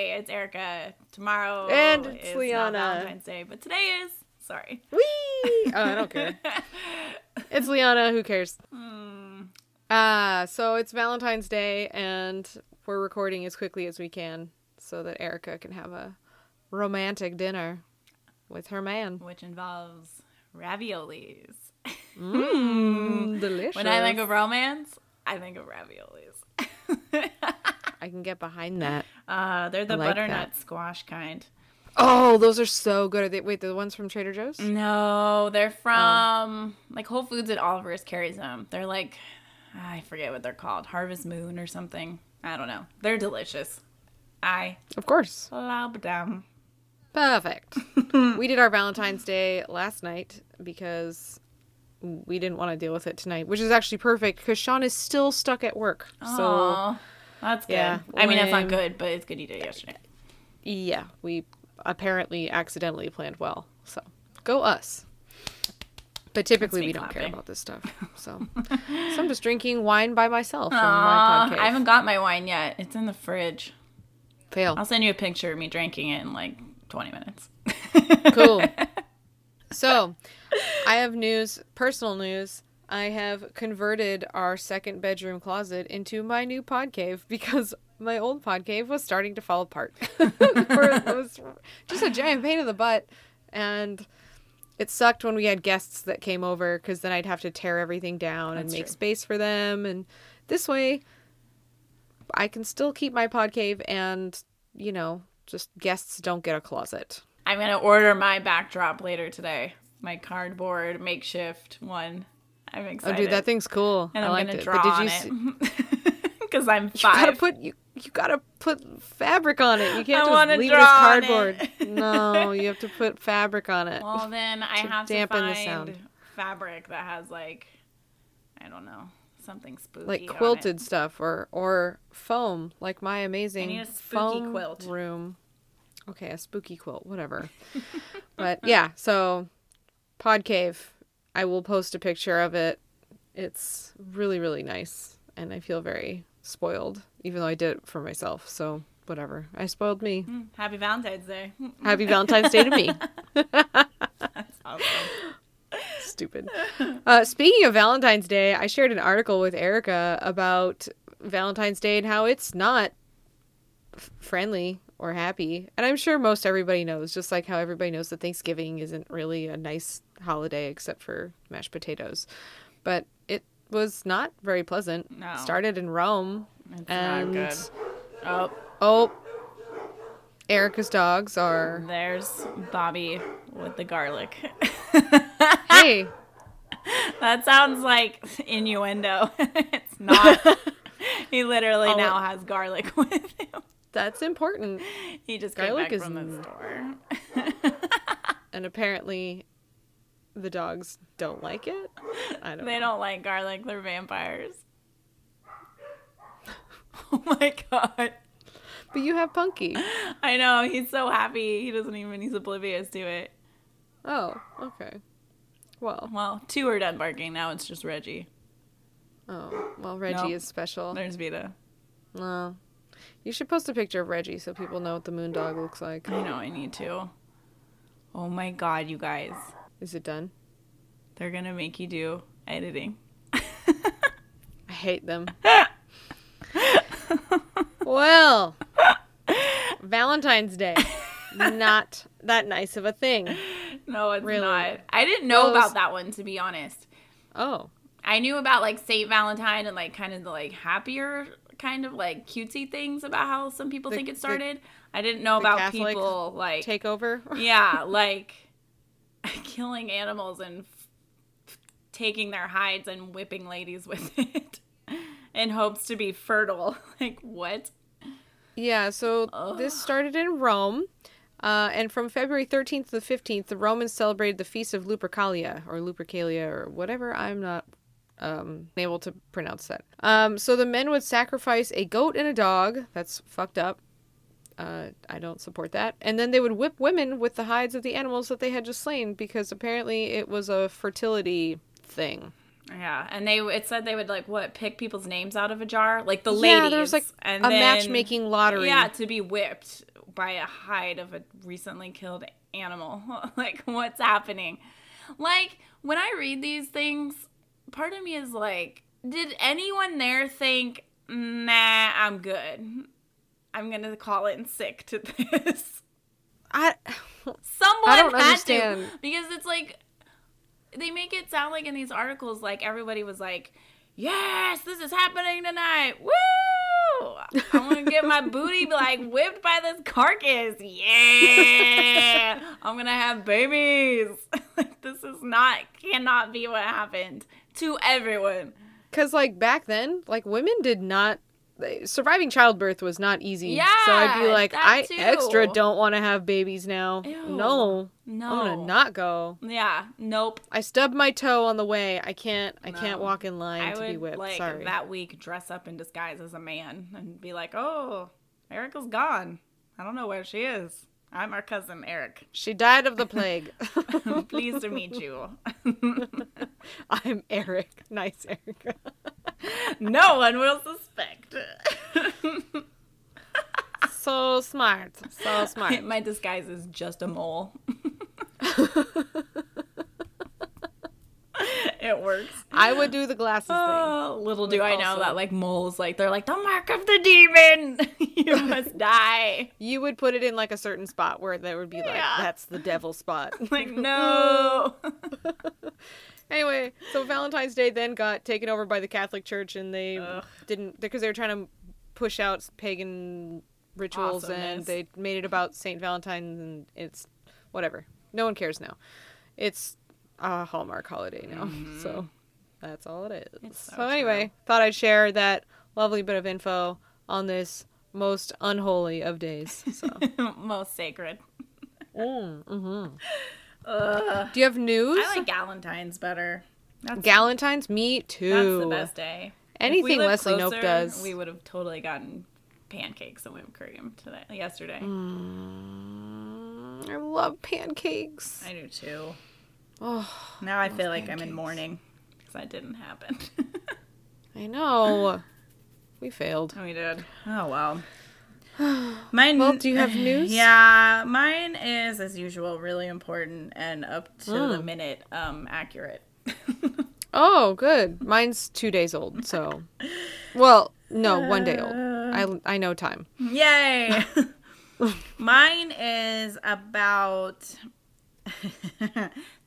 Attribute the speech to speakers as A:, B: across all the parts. A: America. Tomorrow
B: And
A: is
B: it's
A: not
B: Liana.
A: Valentine's Day, but today is. Sorry.
B: Whee! Oh, I don't care. Hmm. it's Liana. Who cares? Uh, so it's Valentine's Day, and we're recording as quickly as we can so that Erica can have a romantic dinner with her man.
A: Which involves raviolis.
B: Mm, delicious.
A: When I think of romance, I think of raviolis.
B: I can get behind that.
A: uh, they're the
B: I like
A: butternut squash kind.
B: Oh, those are so good. Are they, wait, the ones from Trader Joe's?
A: No, they're
B: Oh.
A: from like Whole Foods at Oliver's carries them. They're like I forget what they're called, Harvest Moon or something. I don't know. They're delicious. I
B: Of course.
A: love them.
B: Perfect. we did our Valentine's Day last night because we didn't want to deal with it tonight, which is actually perfect because Sean is still stuck at work. So,
A: Aw, that's good.
B: yeah,
A: I mean, that's not
B: lame.
A: good, but it's good you did it yesterday.
B: yeah, we apparently accidentally planned well. So, go us. But typically,
A: me
B: we don't care
A: clapping.
B: about this stuff. So, so I'm just drinking wine by myself from
A: Aw,
B: my podcast.
A: I haven't got my wine yet. It's in the fridge.
B: Fail.
A: I'll send you a picture of me drinking it in like 20 minutes.
B: Cool. So, I have news, personal news. I have converted our second bedroom closet into my new pod cave because my old pod cave was starting to fall apart. it was just a giant pain in the butt. And it sucked when we had guests that came over because then I'd have to tear everything down and
A: That's
B: make
A: true.
B: space for them. And this way, I can still keep my pod cave and, you know, just guests don't get a closet.
A: I'm gonna order my backdrop later today. My cardboard makeshift one. I'm
B: Oh,
A: excited.
B: dude, that thing's cool.
A: and
B: I
A: I'm
B: liked
A: gonna
B: it.
A: draw
B: but did you
A: on
B: s- you
A: it because I'm
B: gotta
A: five.
B: put you, you gotta put fabric on it. You can't
A: wanna
B: just leave this
A: draw on
B: cardboard.
A: it.
B: no, you have to put fabric on it.
A: well, then I
B: to
A: have to
B: dampen the
A: find
B: sound.
A: fabric that has like, I don't know, something spooky.
B: like
A: on it.
B: quilted stuff or or foam, like my amazing
A: need a spooky
B: foam
A: quilt.
B: room. Okay, a spooky quilt, whatever. but yeah, so pod cave. I will post a picture of it. It's really really nice, and I feel very spoiled, even though I did it for myself. So whatever, I spoiled me.
A: Mm, Happy Valentine's Day.
B: Happy Valentine's Day to me.
A: That's awesome.
B: Stupid. Uh, speaking of Valentine's Day, I shared an article with Erica about Valentine's Day and how it's not f- friendly or happy. And I'm sure most everybody knows, just like how everybody knows that Thanksgiving isn't really a nice holiday except for mashed potatoes. But it was not very pleasant.
A: No.
B: Started in Rome.
A: It's
B: and
A: not good. Oh,
B: oh, Erica's dogs are.
A: there's Bobby with the garlic.
B: Hey.
A: That sounds like innuendo. it's not. he literally
B: I'll-
A: now has garlic with him.
B: That's important.
A: He just
B: Garlic
A: came
B: is
A: back from
B: n-
A: the store.
B: and apparently the dogs don't like it. I don't
A: They
B: know.
A: don't like garlic. They're vampires. Oh my god.
B: But you have Punky.
A: I know. He's so happy. He doesn't even, he's oblivious to it.
B: Oh, okay. Well,
A: Well, two are done barking. Now it's just Reggie.
B: oh, well Reggie is special.
A: There's Vita.
B: No. You should post a picture of Reggie so people know what the moon dog looks like.
A: I know I need to. Oh my god, you guys.
B: Is it done?
A: They're going to make you do editing.
B: I hate them. well, Valentine's Day. Not that nice of a thing.
A: No, it's
B: Really.
A: not. I didn't know
B: Those-
A: about that one to be honest.
B: Oh,
A: I knew about like Saint Valentine and like kind of the like happier kind of like cutesy things about how some people
B: The-
A: think it
B: the-
A: started. I didn't know
B: the
A: about
B: Catholic
A: people like
B: takeover?
A: yeah, like killing animals and f- taking their hides and whipping ladies with it in hopes to be fertile. Like what?
B: Yeah, so this started in Rome. Uh, and from February 13th to the 15th, the Romans celebrated the Feast of Lupercalia or Lupercalia or whatever. I'm not um, able to pronounce that. Um, so the men would sacrifice a goat and a dog. That's fucked up. Uh, I don't support that. And then they would whip women with the hides of the animals that they had just slain because apparently it was a fertility thing.
A: Yeah, and they it said they would like what pick people's names out of a jar, like the
B: Yeah,
A: ladies.
B: there was, like,
A: and
B: a
A: then-
B: matchmaking lottery.
A: Yeah, to be whipped by a hide of a recently killed animal. like, what's happening? Like, when I read these things, part of me is like, did anyone there think, nah, I'm good? I'm going to call in sick to this.
B: I
A: Someone
B: I don't
A: had
B: understand.
A: to. Because it's like, they make it sound like in these articles, like everybody was like, yes, this is happening tonight. Woo! I'm going to get my booty like whipped by this carcass. Yeah! I'm going to have babies. like, this is not, cannot be what happened to everyone.
B: because like back then, like women did not they- surviving childbirth was not easy. so I'd be
A: Yeah,
B: like,
A: that
B: I
A: too.
B: extra don't want to have babies now.
A: Ew.
B: No,
A: No.
B: I'm gonna not go.
A: Yeah, nope.
B: I stubbed my toe on the way. I can't. I can't
A: No.
B: walk in line
A: I
B: to
A: would
B: be whipped.
A: like
B: Sorry.
A: that week dress up in disguise as a man and be like, "Oh, Erica's gone. I don't know where she is. I'm her cousin Eric.
B: She died of the plague.
A: Pleased to meet you.
B: I'm Eric. Nice, Erica.
A: no one will suspect."
B: so smart. So smart.
A: My disguise is just a mole. it works.
B: I would do the glasses thing.
A: Oh, little do I know
B: also-
A: that like moles like they're like the mark of the demon. you must die.
B: You would put it in like a certain spot where there would be like,
A: Yeah.
B: that's the devil spot.
A: Like no.
B: anyway, so Valentine's Day then got taken over by the Catholic Church, and they
A: Ugh.
B: didn't because they were trying to push out pagan rituals, and
A: Awesomeness.
B: they made it about Saint Valentine, and it's whatever. No one cares now. It's a Hallmark holiday now, so that's all it is.
A: Mm-hmm. It's so
B: so anyway, thought I'd share that lovely bit of info on this most unholy of days. So,
A: Most sacred.
B: mm-hmm.
A: Ugh.
B: do you have news?
A: I like Galentine's better. That's,
B: Galentine's. Me too.
A: that's the best day. If we
B: Anything
A: lived
B: Leslie Nope
A: closer,
B: does.
A: We would have totally gotten pancakes and whipped cream today, yesterday.
B: Mm. I love pancakes.
A: I do too.
B: Oh,
A: Now I feel like I'm in
B: pancakes.
A: mourning because that didn't happen.
B: I know. We failed.
A: we did. Oh well. Mine.
B: Well, do you have news?
A: Yeah, mine is as usual really important and up to
B: Mm.
A: the minute um, accurate.
B: Oh, good. Mine's two days old, so. Well, no, one day old. I, I know time.
A: Yay! Mine is about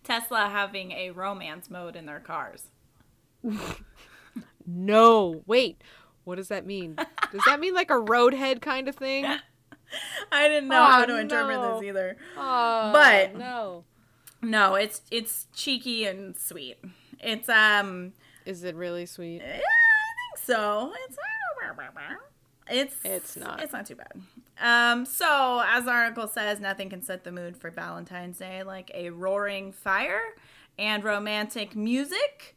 A: Tesla having a romance mode in their cars.
B: No, wait. What does that mean? Does that mean like a roadhead kind of thing?
A: I didn't know
B: Oh,
A: how to interpret
B: no.
A: this either.
B: Oh,
A: But-
B: no.
A: No, it's it's cheeky and sweet. It's um
B: Is it really sweet?
A: yeah, I think so. It's it's
B: It's not.
A: It's not too bad. Um, so as the article says, nothing can set the mood for Valentine's Day like a roaring fire and romantic music.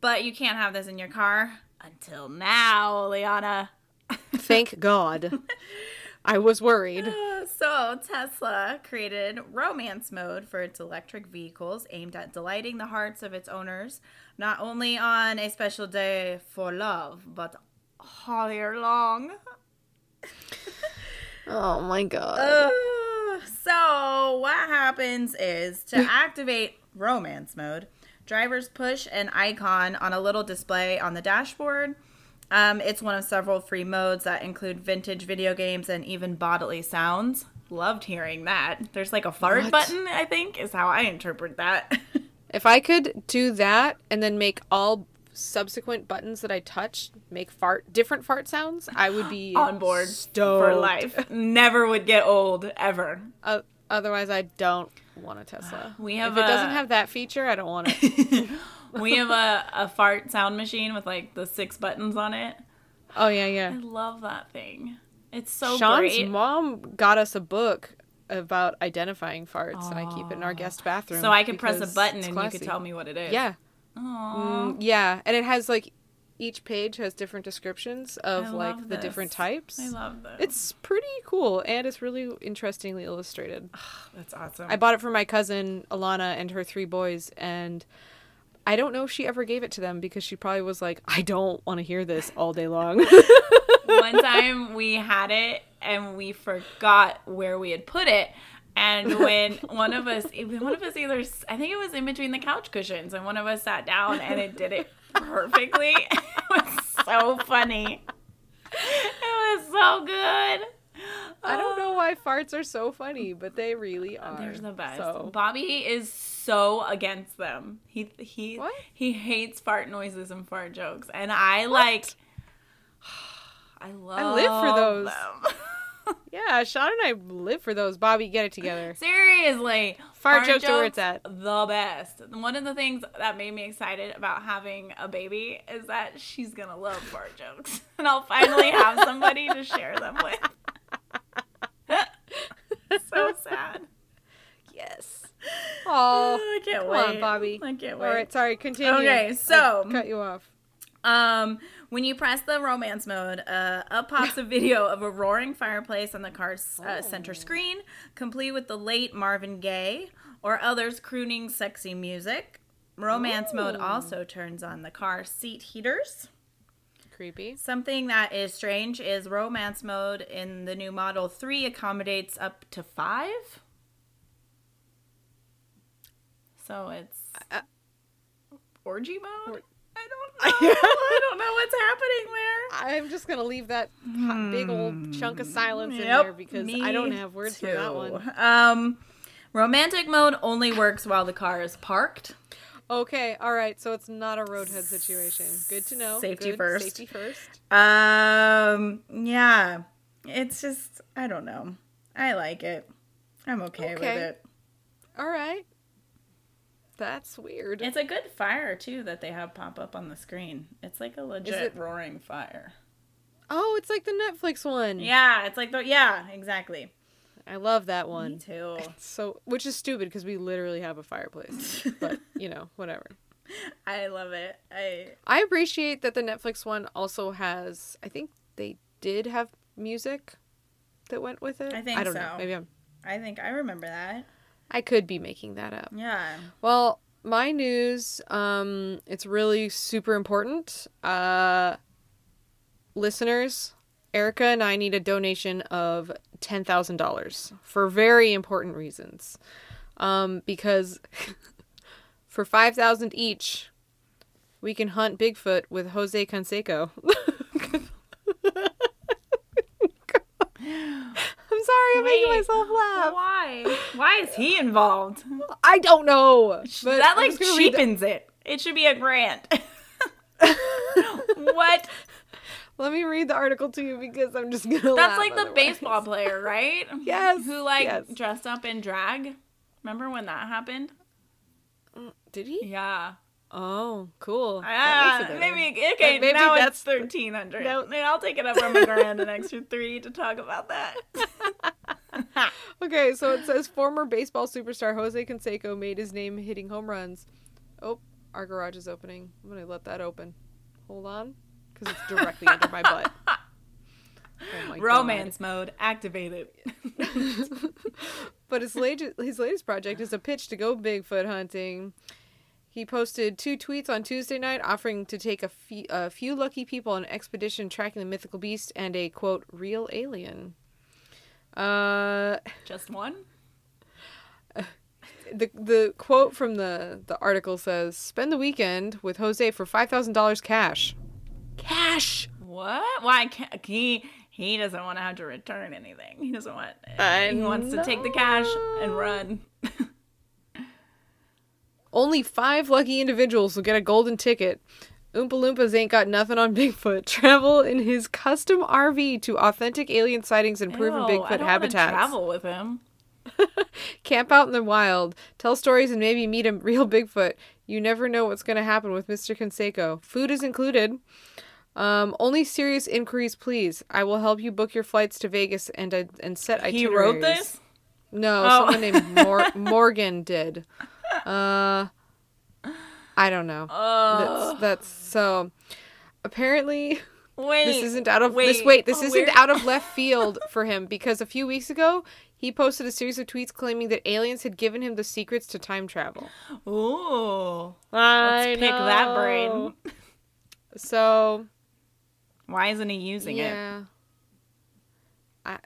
A: But you can't have this in your car until now, Liana.
B: Thank God. I was worried.
A: So, Tesla created romance mode for its electric vehicles aimed at delighting the hearts of its owners, not only on a special day for love, but all year long.
B: Oh my God.
A: Ugh. so, what happens is to activate romance mode, drivers push an icon on a little display on the dashboard. Um, it's one of several free modes that include vintage video games and even bodily sounds. Loved hearing that. There's like a fart
B: What?
A: button, I think, is how I interpret that.
B: If I could do that and then make all subsequent buttons that I touch make fart different fart sounds, I would be
A: On board for
B: stoked.
A: life. Never would get old, ever.
B: O- otherwise, I don't want a Tesla.
A: We have
B: if it doesn't
A: a-
B: have that feature, I don't want it.
A: We have a, a fart sound machine with like the six buttons on it.
B: oh yeah, yeah.
A: I love that thing. It's so
B: Sean's
A: great.
B: mom got us a book about identifying farts, and I keep it in our guest bathroom.
A: So I could press a
B: because
A: button
B: it's
A: and you
B: classy.
A: could tell me what it is.
B: Yeah,
A: Aw.
B: Mm, yeah, and it has like each page has different descriptions of
A: I
B: like
A: love
B: the
A: this.
B: different types.
A: I love this.
B: It's pretty cool and it's really interestingly illustrated.
A: that's awesome.
B: I bought it for my cousin Alana and her three boys and I don't know if she ever gave it to them because she probably was like, I don't want to hear this all day long.
A: One time we had it and we forgot where we had put it. And when one of us, e, one of us either, I think it was in between the couch cushions, and one of us sat down and it did it perfectly. it was so funny. It was so good. Oh,
B: I don't know why farts are so funny, but they really are.
A: They're the best.
B: So.
A: Bobby is so against them. He he
B: What?
A: he hates fart noises and fart jokes, and I like. I love.
B: live for those.
A: them.
B: Yeah, Sean and I live for those. Bobby, get it together.
A: Seriously,
B: Fart jokes are where it's at.
A: The best. One of the things that made me excited about having a baby is that she's gonna love fart jokes, and I'll finally have somebody to share them with. so sad.
B: Yes. Oh,
A: I can't
B: come
A: wait,
B: on, Bobby.
A: I can't
B: all
A: wait.
B: right, sorry, continue.
A: Okay,
B: I
A: so-
B: cut you off.
A: Um, when you press the romance mode, uh, up pops a video of a roaring fireplace on the car's uh,
B: Oh.
A: center screen, complete with the late Marvin Gaye or others crooning sexy music. Romance mode
B: Oh.
A: also turns on the car seat heaters.
B: Creepy.
A: Something that is strange is romance mode in the new Model 3 accommodates up to five. So it's
B: Uh,
A: orgy mode? I don't know. I don't know what's happening there.
B: I'm just gonna leave that hot- big old chunk of silence in
A: Hmm. Yep,
B: there because
A: me
B: I don't have words for that
A: too.
B: one.
A: Um, romantic mode only works while the car is parked.
B: Okay, all right, so it's not a roadhead situation. Good to know.
A: Safety
B: Good,
A: first.
B: Safety first.
A: Um, yeah. It's just, I don't know. I like it. I'm okay, with
B: Okay.
A: it.
B: All right. That's weird.
A: It's a good fire, too, that they have pop up on the screen. It's like a legit
B: it-
A: roaring fire.
B: oh, it's like the Netflix one.
A: Mm. Yeah, it's like the, yeah, exactly.
B: I love that
A: Me
B: one.
A: too.
B: So, which is stupid because we literally have a fireplace, but you know, whatever.
A: I love it. I,
B: I appreciate that the Netflix one also has. I think they did have music that went with it.
A: I think
B: I don't
A: so.
B: know. Maybe I'm.
A: I think I remember that.
B: I could be making that up.
A: Yeah.
B: Well, my news. Um, it's really super important. Uh, listeners, Erica and I need a donation of ten thousand dollars for very important reasons. Um, because for five thousand each, we can hunt Bigfoot with Jose Canseco. I'm sorry, I'm making
A: Wait.
B: myself
A: Uh,
B: laugh.
A: Why? Why is he involved?
B: I don't know. but
A: that
B: I'm
A: like
B: just gonna read the-
A: cheapens it. It should be a grant. what?
B: Let me read the article to you because I'm just gonna.
A: That's
B: laugh
A: like the
B: otherwise.
A: baseball player, right?
B: Yes,
A: Who like
B: yes.
A: dressed up in drag? Remember when that happened?
B: Did he?
A: Yeah.
B: Oh, cool.
A: Ah,
B: That makes it better.
A: maybe okay.
B: But maybe
A: now
B: that's-
A: it's thirteen hundred.
B: No.
A: I'll take it up from a grand an extra three to talk about that.
B: Okay, so it says former baseball superstar Jose Canseco made his name hitting home runs. Oh, our garage is opening. I'm gonna let that open. Hold on, because it's directly under my butt. Oh my God.
A: Romance mode activated.
B: but his latest his latest project is a pitch to go Bigfoot hunting. He posted two tweets on Tuesday night offering to take a fe- a few lucky people on an expedition tracking the mythical beast and a quote real alien. Uh,
A: Just one.
B: the the quote from the the article says, "Spend the weekend with Jose for five thousand dollars cash." Cash.
A: What? Why can't he? He doesn't want to have to return anything. He doesn't want.
B: I
A: he wants to take the cash and run.
B: Only five lucky individuals will get a golden ticket. Oompa Loompas ain't got nothing on Bigfoot. Travel in his custom RV to authentic alien sightings and proven
A: Ew, I
B: Bigfoot
A: don't wanna
B: habitats.
A: Travel with him.
B: Camp out in the wild. Tell stories and maybe meet a real Bigfoot. You never know what's going to happen with Mr. Conseco. Food is included. Um, only serious inquiries, please. I will help you book your flights to Vegas and uh, and set itineraries.
A: He wrote this.
B: No,
A: Oh.
B: someone named Mor- Morgan did. Uh, I don't know.
A: Oh.
B: That's, that's so. Apparently,
A: Wait.
B: this isn't out of
A: wait, oh,
B: this. Wait, this isn't
A: where-
B: out of left field for him because a few weeks ago He posted a series of tweets claiming that aliens had given him the secrets to time travel.
A: Ooh.
B: I
A: Let's pick that brain.
B: So
A: Why isn't he using it?
B: yeah, I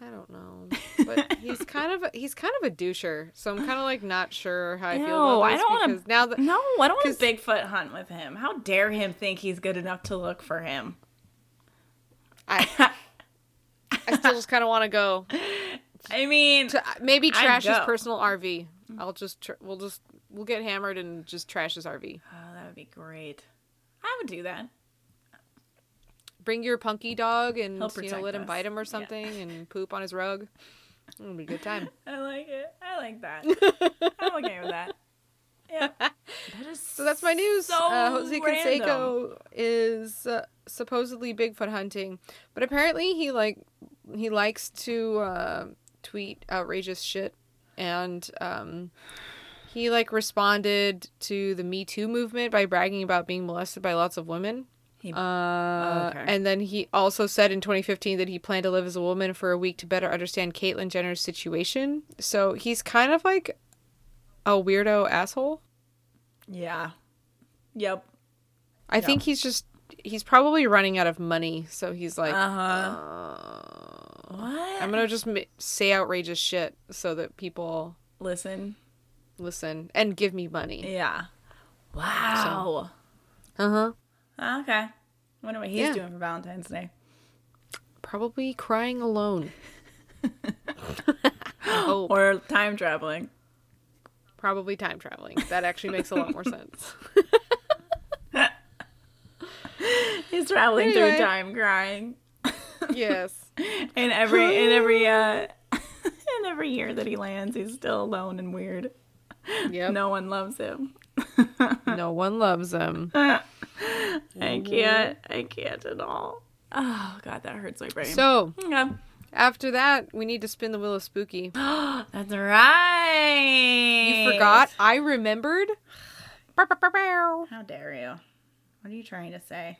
B: I don't know, but he's kind of a, he's kind of a doucher. So I'm kind of like not sure how I feel
A: No,
B: about
A: I
B: this
A: don't wanna-
B: because now that
A: No, I don't
B: 'Cause-
A: want to Bigfoot hunt with him. How dare him think he's good enough to look for him?
B: I I still just kind of want to go.
A: I mean,
B: to uh, maybe
A: I'd
B: trash his
A: go.
B: personal RV. I'll just tr- we'll just we'll get hammered and just trash his RV.
A: oh, that would be great. I would do that.
B: Bring your punky dog and
A: He'll
B: you know
A: protect
B: let him
A: us.
B: bite him
A: Yeah.
B: or something and poop on his rug. It'll be a good time.
A: I like it. I like that. I'm okay with that. Yeah. That is
B: So that's my news.
A: So
B: uh, Jose
A: random.
B: Canseco is uh, supposedly Bigfoot hunting, but apparently he like he likes to uh, tweet outrageous shit, and um, he like responded to the Me Too movement by bragging about being molested by lots of women.
A: He-
B: Uh,
A: okay.
B: And then he also said in 2015 that he planned to live as a woman for a week to better understand Caitlyn Jenner's situation. So he's kind of like a weirdo asshole.
A: Yeah. Yep.
B: I
A: Yeah.
B: think he's just he's probably running out of money, so he's like,
A: Uh huh.
B: uh,
A: What?
B: I'm gonna just ma- say outrageous shit so that people
A: listen.
B: listen and give me money.
A: Yeah. Wow. Ah,
B: Uh huh.
A: Okay. Wonder what he's
B: Yeah.
A: doing for Valentine's Day.
B: Probably crying alone. oh,
A: Or time traveling.
B: probably time traveling. That actually makes a lot more sense.
A: He's traveling
B: Anyway.
A: through time crying.
B: yes.
A: In every in every uh in every year that he lands, he's still alone and weird.
B: Yep. Mm-hmm.
A: No one loves him.
B: no one loves him.
A: I can't. I can't at all. Oh god, that hurts my brain.
B: So
A: yeah.
B: after that, we need to spin the wheel of spooky.
A: That's right.
B: You forgot? I remembered. Bow, bow, bow, bow.
A: How dare you? What are you trying to say?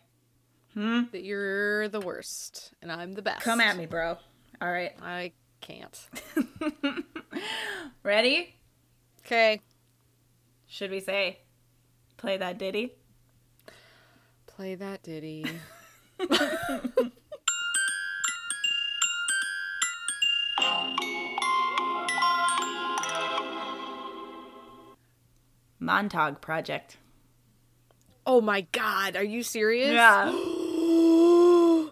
B: that you're the worst and I'm the best.
A: Come at me, bro. All right.
B: I can't.
A: Ready?
B: Okay.
A: Should we say play that ditty?
B: Play that ditty.
A: Montag Project.
B: oh my god, are you serious?
A: okay, cool.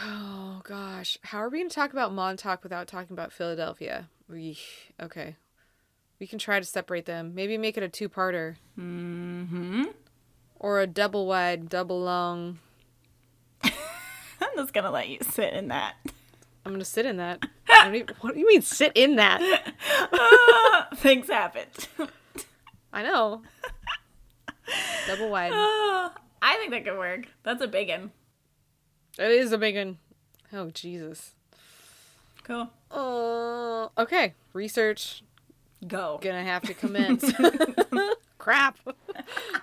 B: Oh gosh. How are we going to talk about Montauk without talking about Philadelphia? Eesh. Okay. We can try to separate them. Maybe make it a two parter. Mm-hmm. Or a double wide, double long.
A: I'm just gonna let you sit in that.
B: I'm going to sit in that. I don't even- what do you mean sit in that?
A: Ah, things happened.
B: I know. double wide.
A: Ah, I think that could work. That's a big one.
B: That is a big one. Oh Jesus.
A: Cool.
B: Oh, okay. Research
A: Go.
B: gonna have to commence. Crap.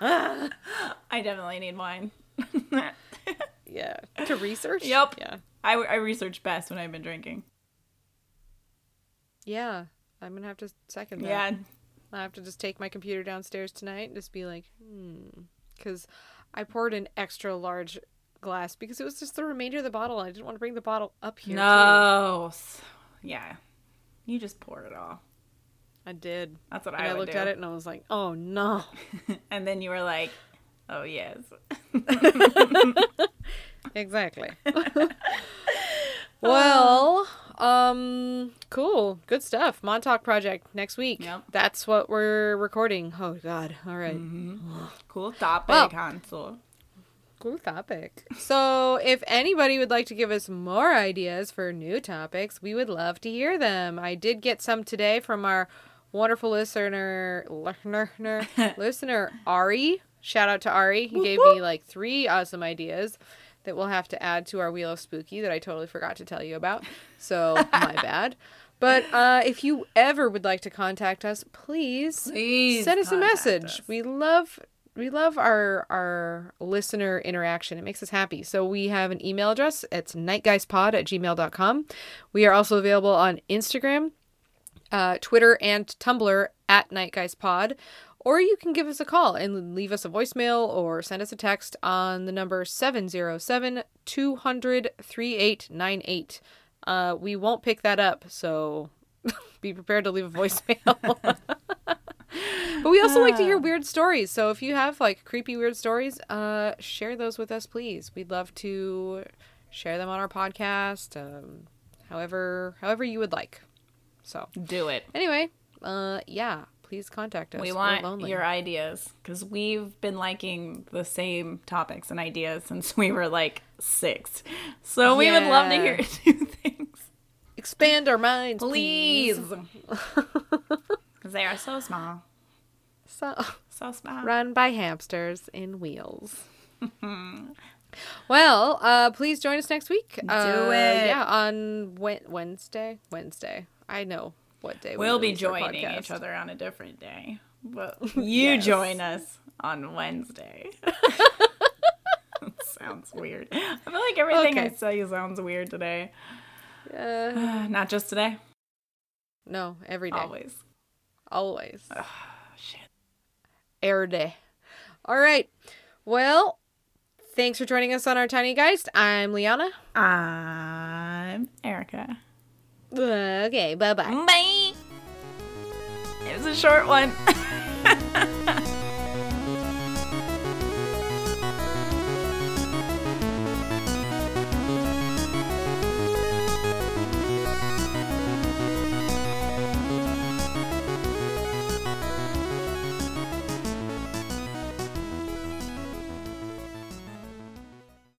A: I definitely need wine.
B: Yeah. To research.
A: Yup.
B: Yeah.
A: I, I research best when I've been drinking.
B: Yeah. I'm gonna have to second that.
A: Yeah.
B: I have to just take my computer downstairs tonight and just be like, hmm, because I poured an extra large glass because it was just the remainder of the bottle. and I didn't want to bring the bottle up here. too.
A: No. S- Yeah. You just pour it all.
B: I did.
A: That's what
B: And
A: I,
B: I,
A: would
B: looked
A: do.
B: at it and I was like, oh no.
A: And then you were like, oh, yes.
B: Exactly. well, um, cool. Good stuff. Montauk Project next week.
A: Yep. Mm-hmm.
B: That's what we're recording. Oh, God. All right.
A: Cool topic,
B: Well-
A: Hansel.
B: Cool topic. So, if anybody would like to give us more ideas for new topics, we would love to hear them. I did get some today from our wonderful listener, listener, listener Ari. Shout out to Ari. He gave me like three awesome ideas that we'll have to add to our Wheel of Spooky that I totally forgot to tell you about. So, my bad. But uh, if you ever would like to contact us, please
A: Please
B: send us a
A: contact
B: message.
A: us.
B: We love we love our our listener interaction. It makes us happy. So we have an email address. It's nightguyspod at gmail.com. We are also available on Instagram, uh, Twitter, and Tumblr at nightguyspod. Or you can give us a call and leave us a voicemail or send us a text on the number 707 200 3898. Uh, we won't pick that up, so be prepared to leave a voicemail. but we also like to hear weird stories. So if you have like creepy weird stories, uh, share those with us, please. We'd love to share them on our podcast, um, however however you would like. So
A: Do it.
B: anyway, uh, yeah, please contact us.
A: We
B: We're
A: want
B: lonely.
A: your ideas because we've been liking the same topics and ideas since we were like six. So we would love to
B: Yeah.
A: hear new things.
B: expand our minds,
A: Please.
B: please.
A: Because they are so small.
B: So
A: So small.
B: run by hamsters in wheels. well, uh, please join us next week. Do uh,
A: it.
B: Yeah, on Wed- Wednesday. Wednesday. I know what day
A: We'll be
B: release our
A: joining
B: podcast.
A: each other on a different day. But you join us on Wednesday. sounds weird. I feel like everything I
B: Okay.
A: say sounds weird today.
B: Uh,
A: Not just today,
B: no, every day. Always.
A: always. Shit.
B: Air day. All right. Well, thanks for joining us on our Tiny Geist. I'm Liana.
A: I'm Erica. Mm.
B: Okay, bye bye.
A: Bye. It was a short one.